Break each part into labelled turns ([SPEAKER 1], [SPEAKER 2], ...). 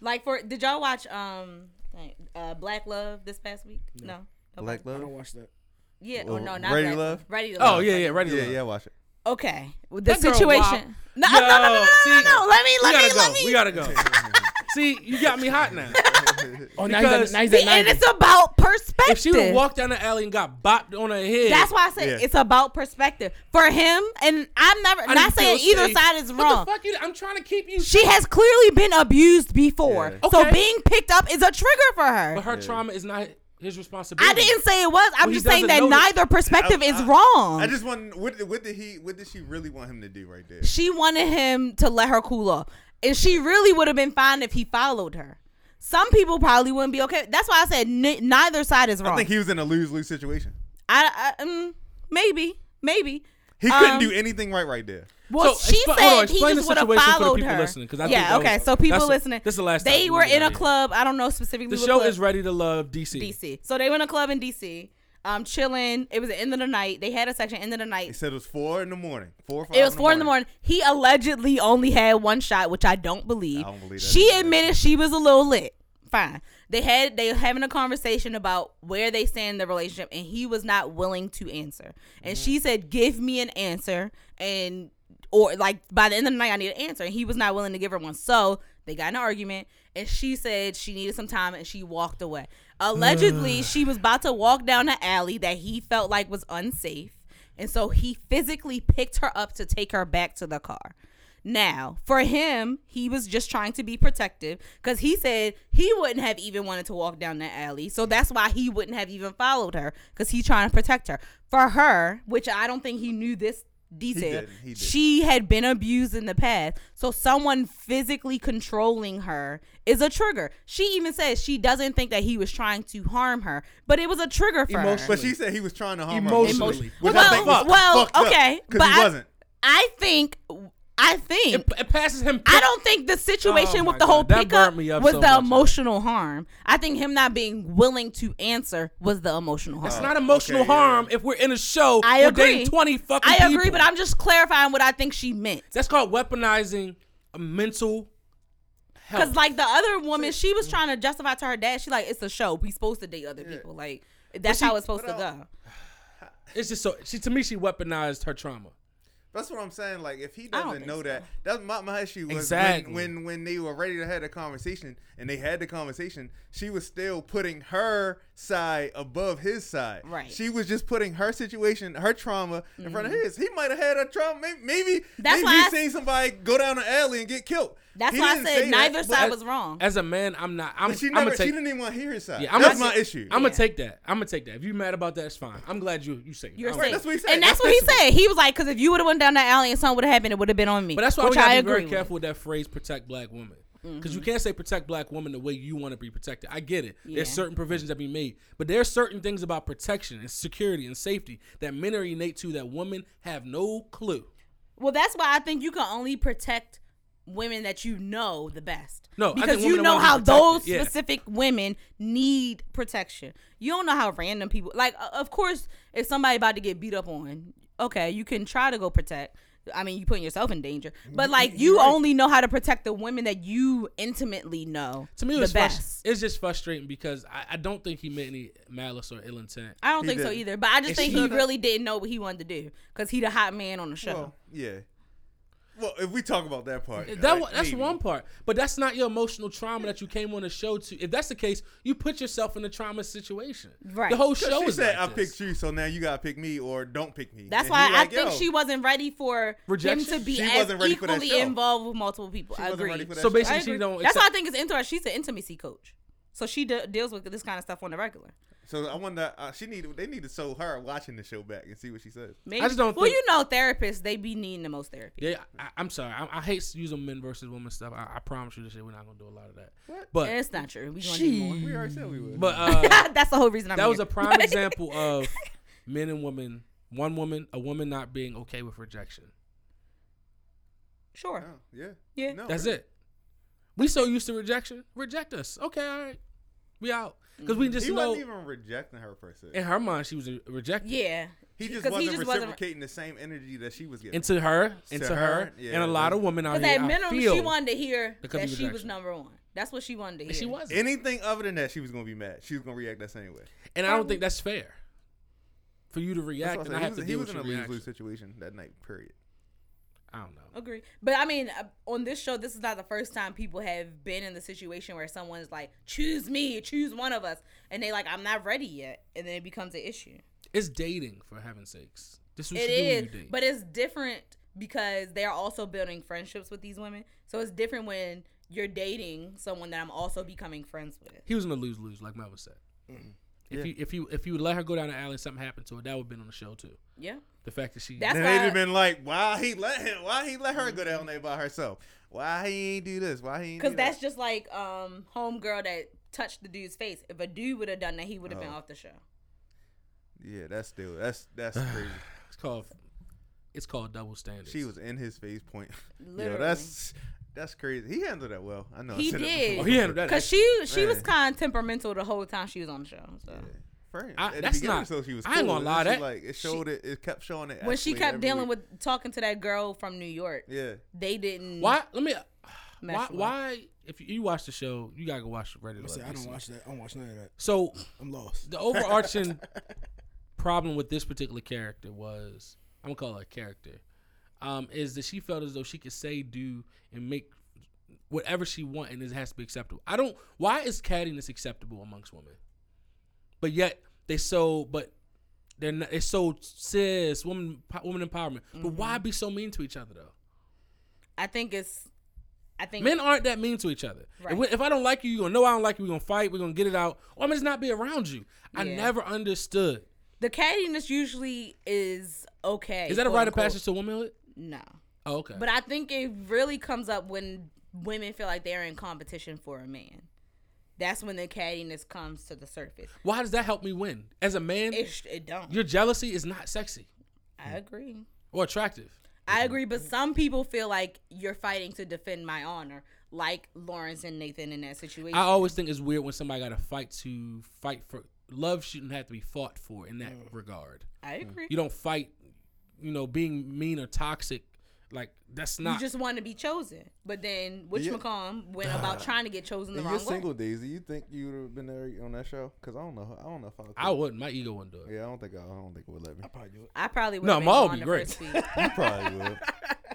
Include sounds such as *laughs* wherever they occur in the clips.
[SPEAKER 1] Like for did y'all watch um uh, Black Love this past week? No. Okay.
[SPEAKER 2] Black
[SPEAKER 3] I
[SPEAKER 2] Love.
[SPEAKER 3] don't watch that.
[SPEAKER 1] Yeah,
[SPEAKER 2] Well,
[SPEAKER 1] or no, not
[SPEAKER 2] Ready
[SPEAKER 1] Black
[SPEAKER 2] to Love?
[SPEAKER 1] Ready to Love.
[SPEAKER 4] Oh yeah, yeah, ready.
[SPEAKER 2] Yeah,
[SPEAKER 4] Yeah,
[SPEAKER 2] yeah, *laughs* watch it.
[SPEAKER 1] Okay. With the
[SPEAKER 4] That girl
[SPEAKER 1] situation. No, no, no,
[SPEAKER 4] Yo,
[SPEAKER 1] no, no, no,
[SPEAKER 4] see,
[SPEAKER 1] no, Let me,
[SPEAKER 4] We
[SPEAKER 1] let me,
[SPEAKER 4] gotta
[SPEAKER 1] let
[SPEAKER 4] go.
[SPEAKER 1] me.
[SPEAKER 4] We gotta go. *laughs* See, you got me hot now.
[SPEAKER 3] *laughs* Oh, now he's at-
[SPEAKER 4] Because-
[SPEAKER 3] now he's
[SPEAKER 1] See,
[SPEAKER 3] at
[SPEAKER 1] and
[SPEAKER 3] 90.
[SPEAKER 1] it's about perspective.
[SPEAKER 4] If she would have walked down the alley and got bopped on her head,
[SPEAKER 1] That's why I say
[SPEAKER 2] Yeah.
[SPEAKER 1] it's about perspective for him. And I'm never not
[SPEAKER 4] I didn't
[SPEAKER 1] saying
[SPEAKER 4] feel
[SPEAKER 1] either
[SPEAKER 4] safe.
[SPEAKER 1] side is wrong.
[SPEAKER 4] What the fuck? You, I'm trying to keep you.
[SPEAKER 1] She has clearly been abused before,
[SPEAKER 2] Yeah.
[SPEAKER 1] so
[SPEAKER 4] Okay.
[SPEAKER 1] being picked up is a trigger for her.
[SPEAKER 4] but her trauma is not his responsibility.
[SPEAKER 1] I didn't say it was. I'm
[SPEAKER 4] Well, he
[SPEAKER 1] just saying that
[SPEAKER 4] doesn't know that-
[SPEAKER 1] neither perspective
[SPEAKER 2] I-
[SPEAKER 1] is
[SPEAKER 2] I-
[SPEAKER 1] wrong.
[SPEAKER 2] I just want. What, did- what did he? What did she really want him to do right there?
[SPEAKER 1] she wanted him to let her cool off. And she really would have been fine if he followed her. Some people probably wouldn't be okay. That's why I said n- neither side is wrong.
[SPEAKER 2] I think he was in a lose lose situation.
[SPEAKER 1] I, I mm, maybe, maybe.
[SPEAKER 2] He couldn't
[SPEAKER 1] Um,
[SPEAKER 2] do anything right right there.
[SPEAKER 1] Well,
[SPEAKER 4] So,
[SPEAKER 1] she
[SPEAKER 4] expl- hold
[SPEAKER 1] said
[SPEAKER 4] on,
[SPEAKER 1] he
[SPEAKER 4] explain
[SPEAKER 1] just
[SPEAKER 4] the
[SPEAKER 1] would have
[SPEAKER 4] situation for the
[SPEAKER 1] followed
[SPEAKER 4] people
[SPEAKER 1] her.
[SPEAKER 4] listening, 'cause I think
[SPEAKER 1] yeah,
[SPEAKER 4] that was-
[SPEAKER 1] okay. so people
[SPEAKER 4] that's the-
[SPEAKER 1] listening,
[SPEAKER 4] this is the last
[SPEAKER 1] they
[SPEAKER 4] time
[SPEAKER 1] were
[SPEAKER 4] we
[SPEAKER 1] in a
[SPEAKER 4] did it.
[SPEAKER 1] club. I don't know specifically.
[SPEAKER 4] The
[SPEAKER 1] what
[SPEAKER 4] show
[SPEAKER 1] club.
[SPEAKER 4] is ready to love DC.
[SPEAKER 1] DC. So they were in a club in DC, um, chilling. It was the end of the night. They had a section end of the
[SPEAKER 2] He
[SPEAKER 1] night.
[SPEAKER 2] said it was four in the morning. Four. Or five
[SPEAKER 1] It was four in the morning. He allegedly only had one shot, which I don't believe.
[SPEAKER 2] I don't believe that
[SPEAKER 1] she
[SPEAKER 2] either.
[SPEAKER 1] admitted she was a little lit. Fine. They had they were having a conversation about where they stand in the relationship, and he was not willing to answer. And she
[SPEAKER 2] Mm-hmm.
[SPEAKER 1] said, "Give me an answer," and or like by the end of the night, I need an answer. And he was not willing to give her one, so they got in an argument. And she said she needed some time, and she walked away. Allegedly, she was about to walk down an alley that he felt like was unsafe. And so he physically picked her up to take her back to the car. Now, for him, he was just trying to be protective because he said he wouldn't have even wanted to walk down that alley. So that's why he wouldn't have even followed her because he's trying to protect her. For her, which I don't think he knew this detail,
[SPEAKER 2] didn't, he didn't.
[SPEAKER 1] she had been abused in the past. So someone physically controlling her is a trigger. She even says she doesn't think that he was trying to harm her, but it was a trigger for her.
[SPEAKER 4] Emotional.
[SPEAKER 2] But she said he was trying to harm her.
[SPEAKER 4] Emotionally.
[SPEAKER 2] emotionally, Which I think was
[SPEAKER 1] well,
[SPEAKER 2] fucked up,
[SPEAKER 1] okay,
[SPEAKER 2] 'cause
[SPEAKER 1] but
[SPEAKER 2] he
[SPEAKER 1] I-
[SPEAKER 2] wasn't.
[SPEAKER 1] I think, I think
[SPEAKER 4] It, it passes him.
[SPEAKER 1] I don't think the situation
[SPEAKER 4] Oh
[SPEAKER 1] with
[SPEAKER 4] my
[SPEAKER 1] the
[SPEAKER 4] God,
[SPEAKER 1] whole
[SPEAKER 4] that
[SPEAKER 1] pickup
[SPEAKER 4] burnt me up
[SPEAKER 1] was
[SPEAKER 4] so
[SPEAKER 1] the
[SPEAKER 4] much.
[SPEAKER 1] emotional harm. I think him not being willing to answer was the emotional harm.
[SPEAKER 4] It's not emotional
[SPEAKER 2] Oh, Okay, yeah.
[SPEAKER 4] harm if we're in a show.
[SPEAKER 1] I
[SPEAKER 4] we're
[SPEAKER 1] agree.
[SPEAKER 4] dating Twenty fucking.
[SPEAKER 1] I agree,
[SPEAKER 4] people.
[SPEAKER 1] but I'm just clarifying what I think she meant.
[SPEAKER 4] That's called weaponizing a mental health.
[SPEAKER 1] Because like the other woman, she
[SPEAKER 4] Mm.
[SPEAKER 1] was trying to justify to her dad. She like, it's a show. We supposed to date other people. Like that's
[SPEAKER 4] she-
[SPEAKER 1] how it's supposed to
[SPEAKER 2] but I-
[SPEAKER 1] go.
[SPEAKER 4] it's just so she to me she weaponized her trauma.
[SPEAKER 2] That's what I'm saying. Like, if he
[SPEAKER 1] don't
[SPEAKER 2] doesn't
[SPEAKER 1] think
[SPEAKER 2] know
[SPEAKER 1] so.
[SPEAKER 2] that, that's my, my issue was
[SPEAKER 4] Exactly.
[SPEAKER 2] when, when when they were ready to have a conversation and they had the conversation, she was still putting her side above his side.
[SPEAKER 1] Right. Mm-hmm.
[SPEAKER 2] She was just putting her situation, her trauma, in front of his. He might have had a trauma. Maybe maybe,
[SPEAKER 1] That's
[SPEAKER 2] maybe
[SPEAKER 1] why
[SPEAKER 2] he
[SPEAKER 1] I s-
[SPEAKER 2] seen somebody go down an alley and get killed.
[SPEAKER 1] That's
[SPEAKER 2] He
[SPEAKER 1] why I
[SPEAKER 2] didn't
[SPEAKER 1] said
[SPEAKER 2] say
[SPEAKER 1] neither
[SPEAKER 2] that,
[SPEAKER 1] side
[SPEAKER 2] but-
[SPEAKER 1] was wrong.
[SPEAKER 4] As a man, I'm not. I'm.
[SPEAKER 2] But she
[SPEAKER 4] I'm
[SPEAKER 2] never.
[SPEAKER 4] gonna take.
[SPEAKER 2] she didn't even want to hear his side.
[SPEAKER 4] Yeah, I'm
[SPEAKER 2] that's
[SPEAKER 4] gonna
[SPEAKER 2] my
[SPEAKER 4] say-
[SPEAKER 2] issue.
[SPEAKER 4] I'm
[SPEAKER 1] Yeah.
[SPEAKER 4] gonna take that. I'm gonna take that. If you mad about that, it's fine. I'm glad you you say it.
[SPEAKER 1] You're
[SPEAKER 4] I'm
[SPEAKER 1] safe.
[SPEAKER 4] glad.
[SPEAKER 2] that's what he said.
[SPEAKER 1] and that's
[SPEAKER 2] That's
[SPEAKER 1] what he
[SPEAKER 2] fixable.
[SPEAKER 1] said. He was like, because if you would have went down that alley and something would have happened, it would have been on me.
[SPEAKER 4] But that's why
[SPEAKER 1] Which
[SPEAKER 4] we gotta
[SPEAKER 1] I
[SPEAKER 4] be
[SPEAKER 1] agree
[SPEAKER 4] very
[SPEAKER 1] with. Mm-hmm.
[SPEAKER 4] careful with that phrase "protect black women" because you can't say protect black women the way you want to be protected. I get it. There's
[SPEAKER 1] Yeah.
[SPEAKER 4] certain provisions that be made, but there's certain things about protection and security and safety that men are innate to that women have no clue.
[SPEAKER 1] Well, that's why I think you can only protect women that you know the best.
[SPEAKER 4] No, I think
[SPEAKER 1] because you
[SPEAKER 4] women
[SPEAKER 1] know
[SPEAKER 4] wanna be
[SPEAKER 1] how
[SPEAKER 4] protected,
[SPEAKER 1] those
[SPEAKER 4] yeah.
[SPEAKER 1] specific women need protection. You don't know how random people like. o- Of course, if somebody about to get beat up on, okay, you can try to go protect. I mean, you putting yourself in danger, but
[SPEAKER 4] Mm-hmm.
[SPEAKER 1] like you only know how to protect the women that you intimately know.
[SPEAKER 4] To me, it
[SPEAKER 1] the
[SPEAKER 4] was frust-
[SPEAKER 1] best.
[SPEAKER 4] it's just frustrating because I, I don't think he meant any malice or ill intent.
[SPEAKER 1] I don't
[SPEAKER 2] He
[SPEAKER 1] think so
[SPEAKER 2] didn't.
[SPEAKER 1] either, but I just
[SPEAKER 4] If
[SPEAKER 1] think
[SPEAKER 4] she-
[SPEAKER 1] he really didn't know what he wanted to do because he the hot man on the show.
[SPEAKER 2] Well, yeah. Well, if we talk about that part,
[SPEAKER 4] That
[SPEAKER 2] like,
[SPEAKER 4] wa- that's
[SPEAKER 2] maybe.
[SPEAKER 4] one part, but that's not your emotional trauma that you came on the show to. If that's the case, you put yourself in a trauma situation.
[SPEAKER 1] Right.
[SPEAKER 4] The whole
[SPEAKER 2] 'Cause
[SPEAKER 4] show
[SPEAKER 2] she
[SPEAKER 4] is
[SPEAKER 2] said,
[SPEAKER 4] like
[SPEAKER 2] "I
[SPEAKER 4] this.
[SPEAKER 2] picked you, so now you gotta pick me, or don't pick me."
[SPEAKER 1] That's
[SPEAKER 2] And
[SPEAKER 1] why
[SPEAKER 2] he
[SPEAKER 1] I
[SPEAKER 2] like,
[SPEAKER 1] think
[SPEAKER 2] yo.
[SPEAKER 1] she wasn't ready for
[SPEAKER 4] Rejection?
[SPEAKER 1] him to be
[SPEAKER 2] She
[SPEAKER 1] as
[SPEAKER 2] wasn't ready for that
[SPEAKER 1] equally
[SPEAKER 2] show.
[SPEAKER 1] involved with multiple people.
[SPEAKER 2] She
[SPEAKER 1] I
[SPEAKER 2] wasn't
[SPEAKER 1] agree.
[SPEAKER 2] ready for that
[SPEAKER 4] So
[SPEAKER 2] shit.
[SPEAKER 4] basically,
[SPEAKER 1] I agree.
[SPEAKER 4] she don't.
[SPEAKER 1] That's why I
[SPEAKER 4] accept-
[SPEAKER 1] think it's interesting. She's an intimacy coach, so she de- deals with this kind of stuff on the regular.
[SPEAKER 2] So I wonder. Uh, she need. They need to show her watching the show back and see what she says.
[SPEAKER 1] Maybe.
[SPEAKER 4] just don't
[SPEAKER 1] Well,
[SPEAKER 4] think-
[SPEAKER 1] you know, therapists they be needing the most therapy.
[SPEAKER 4] Yeah, I, I'm sorry. I, I hate using men versus women stuff. I, I promise you, this shit we're not gonna do a lot of that.
[SPEAKER 1] And
[SPEAKER 4] But
[SPEAKER 1] it's not true. We gonna need more.
[SPEAKER 2] We
[SPEAKER 4] she,
[SPEAKER 2] already said we would.
[SPEAKER 4] but
[SPEAKER 1] *laughs*
[SPEAKER 4] uh,
[SPEAKER 1] That's the whole reason I'm
[SPEAKER 4] that
[SPEAKER 1] here.
[SPEAKER 4] was
[SPEAKER 1] *laughs*
[SPEAKER 4] a prime example of men and women. One woman, a woman not being okay with rejection.
[SPEAKER 1] Sure.
[SPEAKER 2] Oh, yeah.
[SPEAKER 1] Yeah.
[SPEAKER 2] No,
[SPEAKER 4] That's
[SPEAKER 2] really.
[SPEAKER 4] it. We so used to rejection. Reject us. Okay, all right. We out because we just
[SPEAKER 2] Mm-hmm. He
[SPEAKER 4] know
[SPEAKER 2] wasn't even rejecting her per se.
[SPEAKER 4] in her mind she was rejected.
[SPEAKER 1] Yeah.
[SPEAKER 2] Oh. He just
[SPEAKER 1] 'Cause
[SPEAKER 2] wasn't reciprocating the same energy that she was giving.
[SPEAKER 4] into her,
[SPEAKER 2] To
[SPEAKER 4] into
[SPEAKER 2] her,
[SPEAKER 4] her,
[SPEAKER 2] yeah.
[SPEAKER 4] and a lot of women out
[SPEAKER 1] Because
[SPEAKER 4] here.
[SPEAKER 1] at
[SPEAKER 4] I
[SPEAKER 1] minimum,
[SPEAKER 4] feel
[SPEAKER 1] she wanted to hear
[SPEAKER 4] There
[SPEAKER 1] that
[SPEAKER 4] could be
[SPEAKER 1] she was
[SPEAKER 4] rejection.
[SPEAKER 1] number one. That's what she wanted to hear.
[SPEAKER 4] And she wasn't.
[SPEAKER 2] Anything other than that, she was gonna be mad. She was gonna react that same way.
[SPEAKER 4] and I don't think that's fair for you to
[SPEAKER 2] That's
[SPEAKER 4] react.
[SPEAKER 2] what
[SPEAKER 4] And
[SPEAKER 2] I
[SPEAKER 4] I
[SPEAKER 2] said.
[SPEAKER 4] have to
[SPEAKER 2] he
[SPEAKER 4] deal
[SPEAKER 2] was,
[SPEAKER 4] with
[SPEAKER 2] he was in
[SPEAKER 4] your
[SPEAKER 2] a lose lose
[SPEAKER 4] reaction.
[SPEAKER 2] situation that night. Period.
[SPEAKER 4] I don't know.
[SPEAKER 1] Agree. But I mean, uh, on this show, this is not the first time people have been in the situation where someone's like, choose me, choose one of us. And they like, I'm not ready yet. And then it becomes an issue.
[SPEAKER 4] It's dating for heaven's sakes. This is what
[SPEAKER 1] It
[SPEAKER 4] you do when
[SPEAKER 1] is,
[SPEAKER 4] you date.
[SPEAKER 1] but it's different because they're also building friendships with these women. So it's different when you're dating someone that I'm also becoming friends with.
[SPEAKER 4] he was gonna lose lose, like Melvin said. If
[SPEAKER 2] Mm-hmm. Yeah.
[SPEAKER 4] you if you if you let her go down the alley, and something happened to her, that would have been on the show too.
[SPEAKER 1] Yeah.
[SPEAKER 4] The fact that she
[SPEAKER 1] That's
[SPEAKER 2] and they'd
[SPEAKER 1] why-
[SPEAKER 2] have been like, "Why he let him? Why he let her go down there by herself? Why he ain't do this? Why he ain't?"
[SPEAKER 1] Because
[SPEAKER 2] do
[SPEAKER 1] that's
[SPEAKER 2] that?
[SPEAKER 1] just like um homegirl that touched the dude's face. If a dude would have done that, he would have been
[SPEAKER 2] Oh.
[SPEAKER 1] off the show.
[SPEAKER 2] yeah, that's still that's *sighs* that's crazy.
[SPEAKER 4] it's called it's called double standards.
[SPEAKER 2] She was in his face point. *laughs* Yo,
[SPEAKER 1] Literally.
[SPEAKER 2] that's that's crazy. He handled that well. I know. I
[SPEAKER 1] He
[SPEAKER 2] said it
[SPEAKER 1] did.
[SPEAKER 2] before.
[SPEAKER 4] Oh, he handled that.
[SPEAKER 1] Because she she was
[SPEAKER 2] Man.
[SPEAKER 1] kind of temperamental the whole time she was on the show. So
[SPEAKER 2] Friend.
[SPEAKER 4] I-
[SPEAKER 2] At the
[SPEAKER 4] that's
[SPEAKER 2] beginning,
[SPEAKER 4] not-
[SPEAKER 2] So she was
[SPEAKER 4] I ain't
[SPEAKER 2] cool,
[SPEAKER 4] gonna
[SPEAKER 2] and
[SPEAKER 4] lie,
[SPEAKER 2] then she,
[SPEAKER 4] that-
[SPEAKER 2] like it
[SPEAKER 4] she-
[SPEAKER 2] showed it. It kept showing it.
[SPEAKER 1] when she
[SPEAKER 2] actually
[SPEAKER 1] kept
[SPEAKER 2] every
[SPEAKER 1] dealing
[SPEAKER 2] week.
[SPEAKER 1] with talking to that girl from New York,
[SPEAKER 2] yeah,
[SPEAKER 1] they didn't.
[SPEAKER 4] why? Let me.
[SPEAKER 1] Mess
[SPEAKER 4] Why?
[SPEAKER 1] with her.
[SPEAKER 4] Why? If you, you watch the show, you gotta go watch Ready to
[SPEAKER 3] I
[SPEAKER 4] Love.
[SPEAKER 3] said, I don't
[SPEAKER 4] DC.
[SPEAKER 3] watch that. I don't watch none of that.
[SPEAKER 4] So
[SPEAKER 3] I'm lost.
[SPEAKER 4] the overarching problem with this particular character was I'm gonna call her a character, um, is that she felt as though she could say, do, and make whatever she want, and it has to be acceptable. I don't. Why is cattiness acceptable amongst women? But yet they so but. They're not, it's so cis woman po- woman empowerment,
[SPEAKER 1] Mm-hmm.
[SPEAKER 4] but why be so mean to each other though?
[SPEAKER 1] I think it's. I think
[SPEAKER 4] Men aren't that mean to each other.
[SPEAKER 1] Right.
[SPEAKER 4] If, we- if I don't like you, you're gonna know I don't like you. We're gonna fight. We're gonna get it out. Or I'm gonna just not be around you. I
[SPEAKER 1] Yeah.
[SPEAKER 4] never understood.
[SPEAKER 1] the cattiness usually is okay.
[SPEAKER 4] Is that a
[SPEAKER 1] quote
[SPEAKER 4] rite of
[SPEAKER 1] unquote.
[SPEAKER 4] passage to womanhood?
[SPEAKER 1] No.
[SPEAKER 4] Oh, okay.
[SPEAKER 1] But I think it really comes up when women feel like they're in competition for a man. That's when the cattiness comes to the surface.
[SPEAKER 4] why does that help me win? As a man,
[SPEAKER 1] It, sh- it don't.
[SPEAKER 4] your jealousy is not sexy
[SPEAKER 1] I agree.
[SPEAKER 4] or attractive.
[SPEAKER 1] I agree, but some people feel like you're fighting to defend my honor, like Lawrence and Nathan in that situation.
[SPEAKER 4] I always think it's weird when somebody got to fight to fight for love. Shouldn't have to be fought for in that
[SPEAKER 1] Mm.
[SPEAKER 4] regard.
[SPEAKER 1] I agree.
[SPEAKER 4] You don't fight. You know, being mean or toxic, like that's
[SPEAKER 1] You
[SPEAKER 4] not.
[SPEAKER 1] just want to be chosen, but then Witch
[SPEAKER 2] Yeah.
[SPEAKER 1] McComb went about trying to get chosen the
[SPEAKER 2] In your
[SPEAKER 1] wrong way.
[SPEAKER 2] single days, do you think you would have been there on that show? Because I don't know. I don't know if I. Would
[SPEAKER 4] I wouldn't. My ego wouldn't do it.
[SPEAKER 2] yeah, I don't think I, I don't think it would let me.
[SPEAKER 3] I probably do it.
[SPEAKER 1] I probably would.
[SPEAKER 4] No,
[SPEAKER 1] have
[SPEAKER 4] Ma would
[SPEAKER 1] been
[SPEAKER 4] be
[SPEAKER 1] be
[SPEAKER 4] great.
[SPEAKER 1] great. Because
[SPEAKER 2] You probably would. *laughs*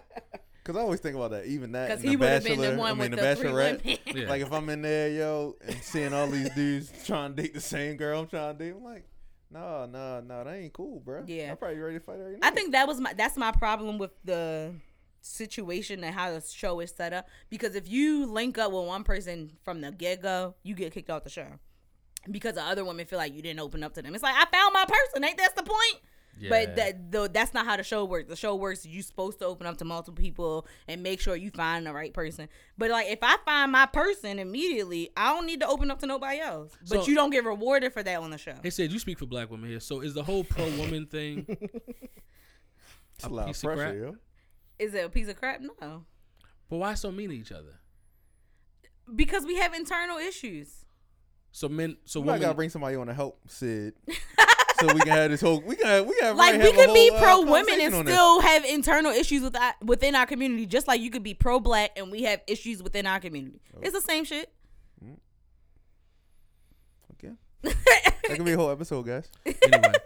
[SPEAKER 2] Because I always think about that. Even that. Because
[SPEAKER 1] he would have been the one
[SPEAKER 2] I
[SPEAKER 1] with
[SPEAKER 2] mean, the
[SPEAKER 1] the, three
[SPEAKER 2] Bachelorette.
[SPEAKER 1] women.
[SPEAKER 2] *laughs*
[SPEAKER 4] Yeah.
[SPEAKER 2] Like if I'm in there, yo, and seeing all these dudes trying to date the same girl I'm trying to date, I'm like, nah, nah, nah, that ain't cool, bro.
[SPEAKER 1] Yeah.
[SPEAKER 2] I'm probably ready to fight every night.
[SPEAKER 1] I think that was my that's my problem with the situation and how the show is set up. Because if you link up with one person from the get go, you get kicked off the show. Because the other women feel like you didn't open up to them. It's like I found my person, ain't that's the point?
[SPEAKER 4] Yeah.
[SPEAKER 1] But that though that's not how the show works. The show works you supposed to open up to multiple people and make sure you find the right person. But like if I find my person immediately, I don't need to open up to nobody else. But
[SPEAKER 4] So-
[SPEAKER 1] you don't get rewarded for that on the show.
[SPEAKER 4] They said you speak for black women here. So is the whole pro woman
[SPEAKER 1] *laughs*
[SPEAKER 4] thing?
[SPEAKER 2] it's a lot of
[SPEAKER 4] piece of crap.
[SPEAKER 2] pressure, yo.
[SPEAKER 1] Is it a piece of crap? No.
[SPEAKER 4] But why so mean to each other?
[SPEAKER 1] Because we have internal issues.
[SPEAKER 4] So men, so
[SPEAKER 2] We might
[SPEAKER 4] women.
[SPEAKER 2] gotta bring somebody on to help Sid,
[SPEAKER 1] *laughs*
[SPEAKER 2] so we can have this whole. We can. We can.
[SPEAKER 1] like
[SPEAKER 2] really
[SPEAKER 1] we
[SPEAKER 2] have a
[SPEAKER 1] could be
[SPEAKER 2] whole, uh,
[SPEAKER 1] pro women
[SPEAKER 2] conversation on
[SPEAKER 1] and
[SPEAKER 2] this.
[SPEAKER 1] still have internal issues with our, within our community, just like you could be pro black and we have issues within our community. It's the same shit.
[SPEAKER 2] Okay. that could be a whole episode, guys.
[SPEAKER 4] anyway,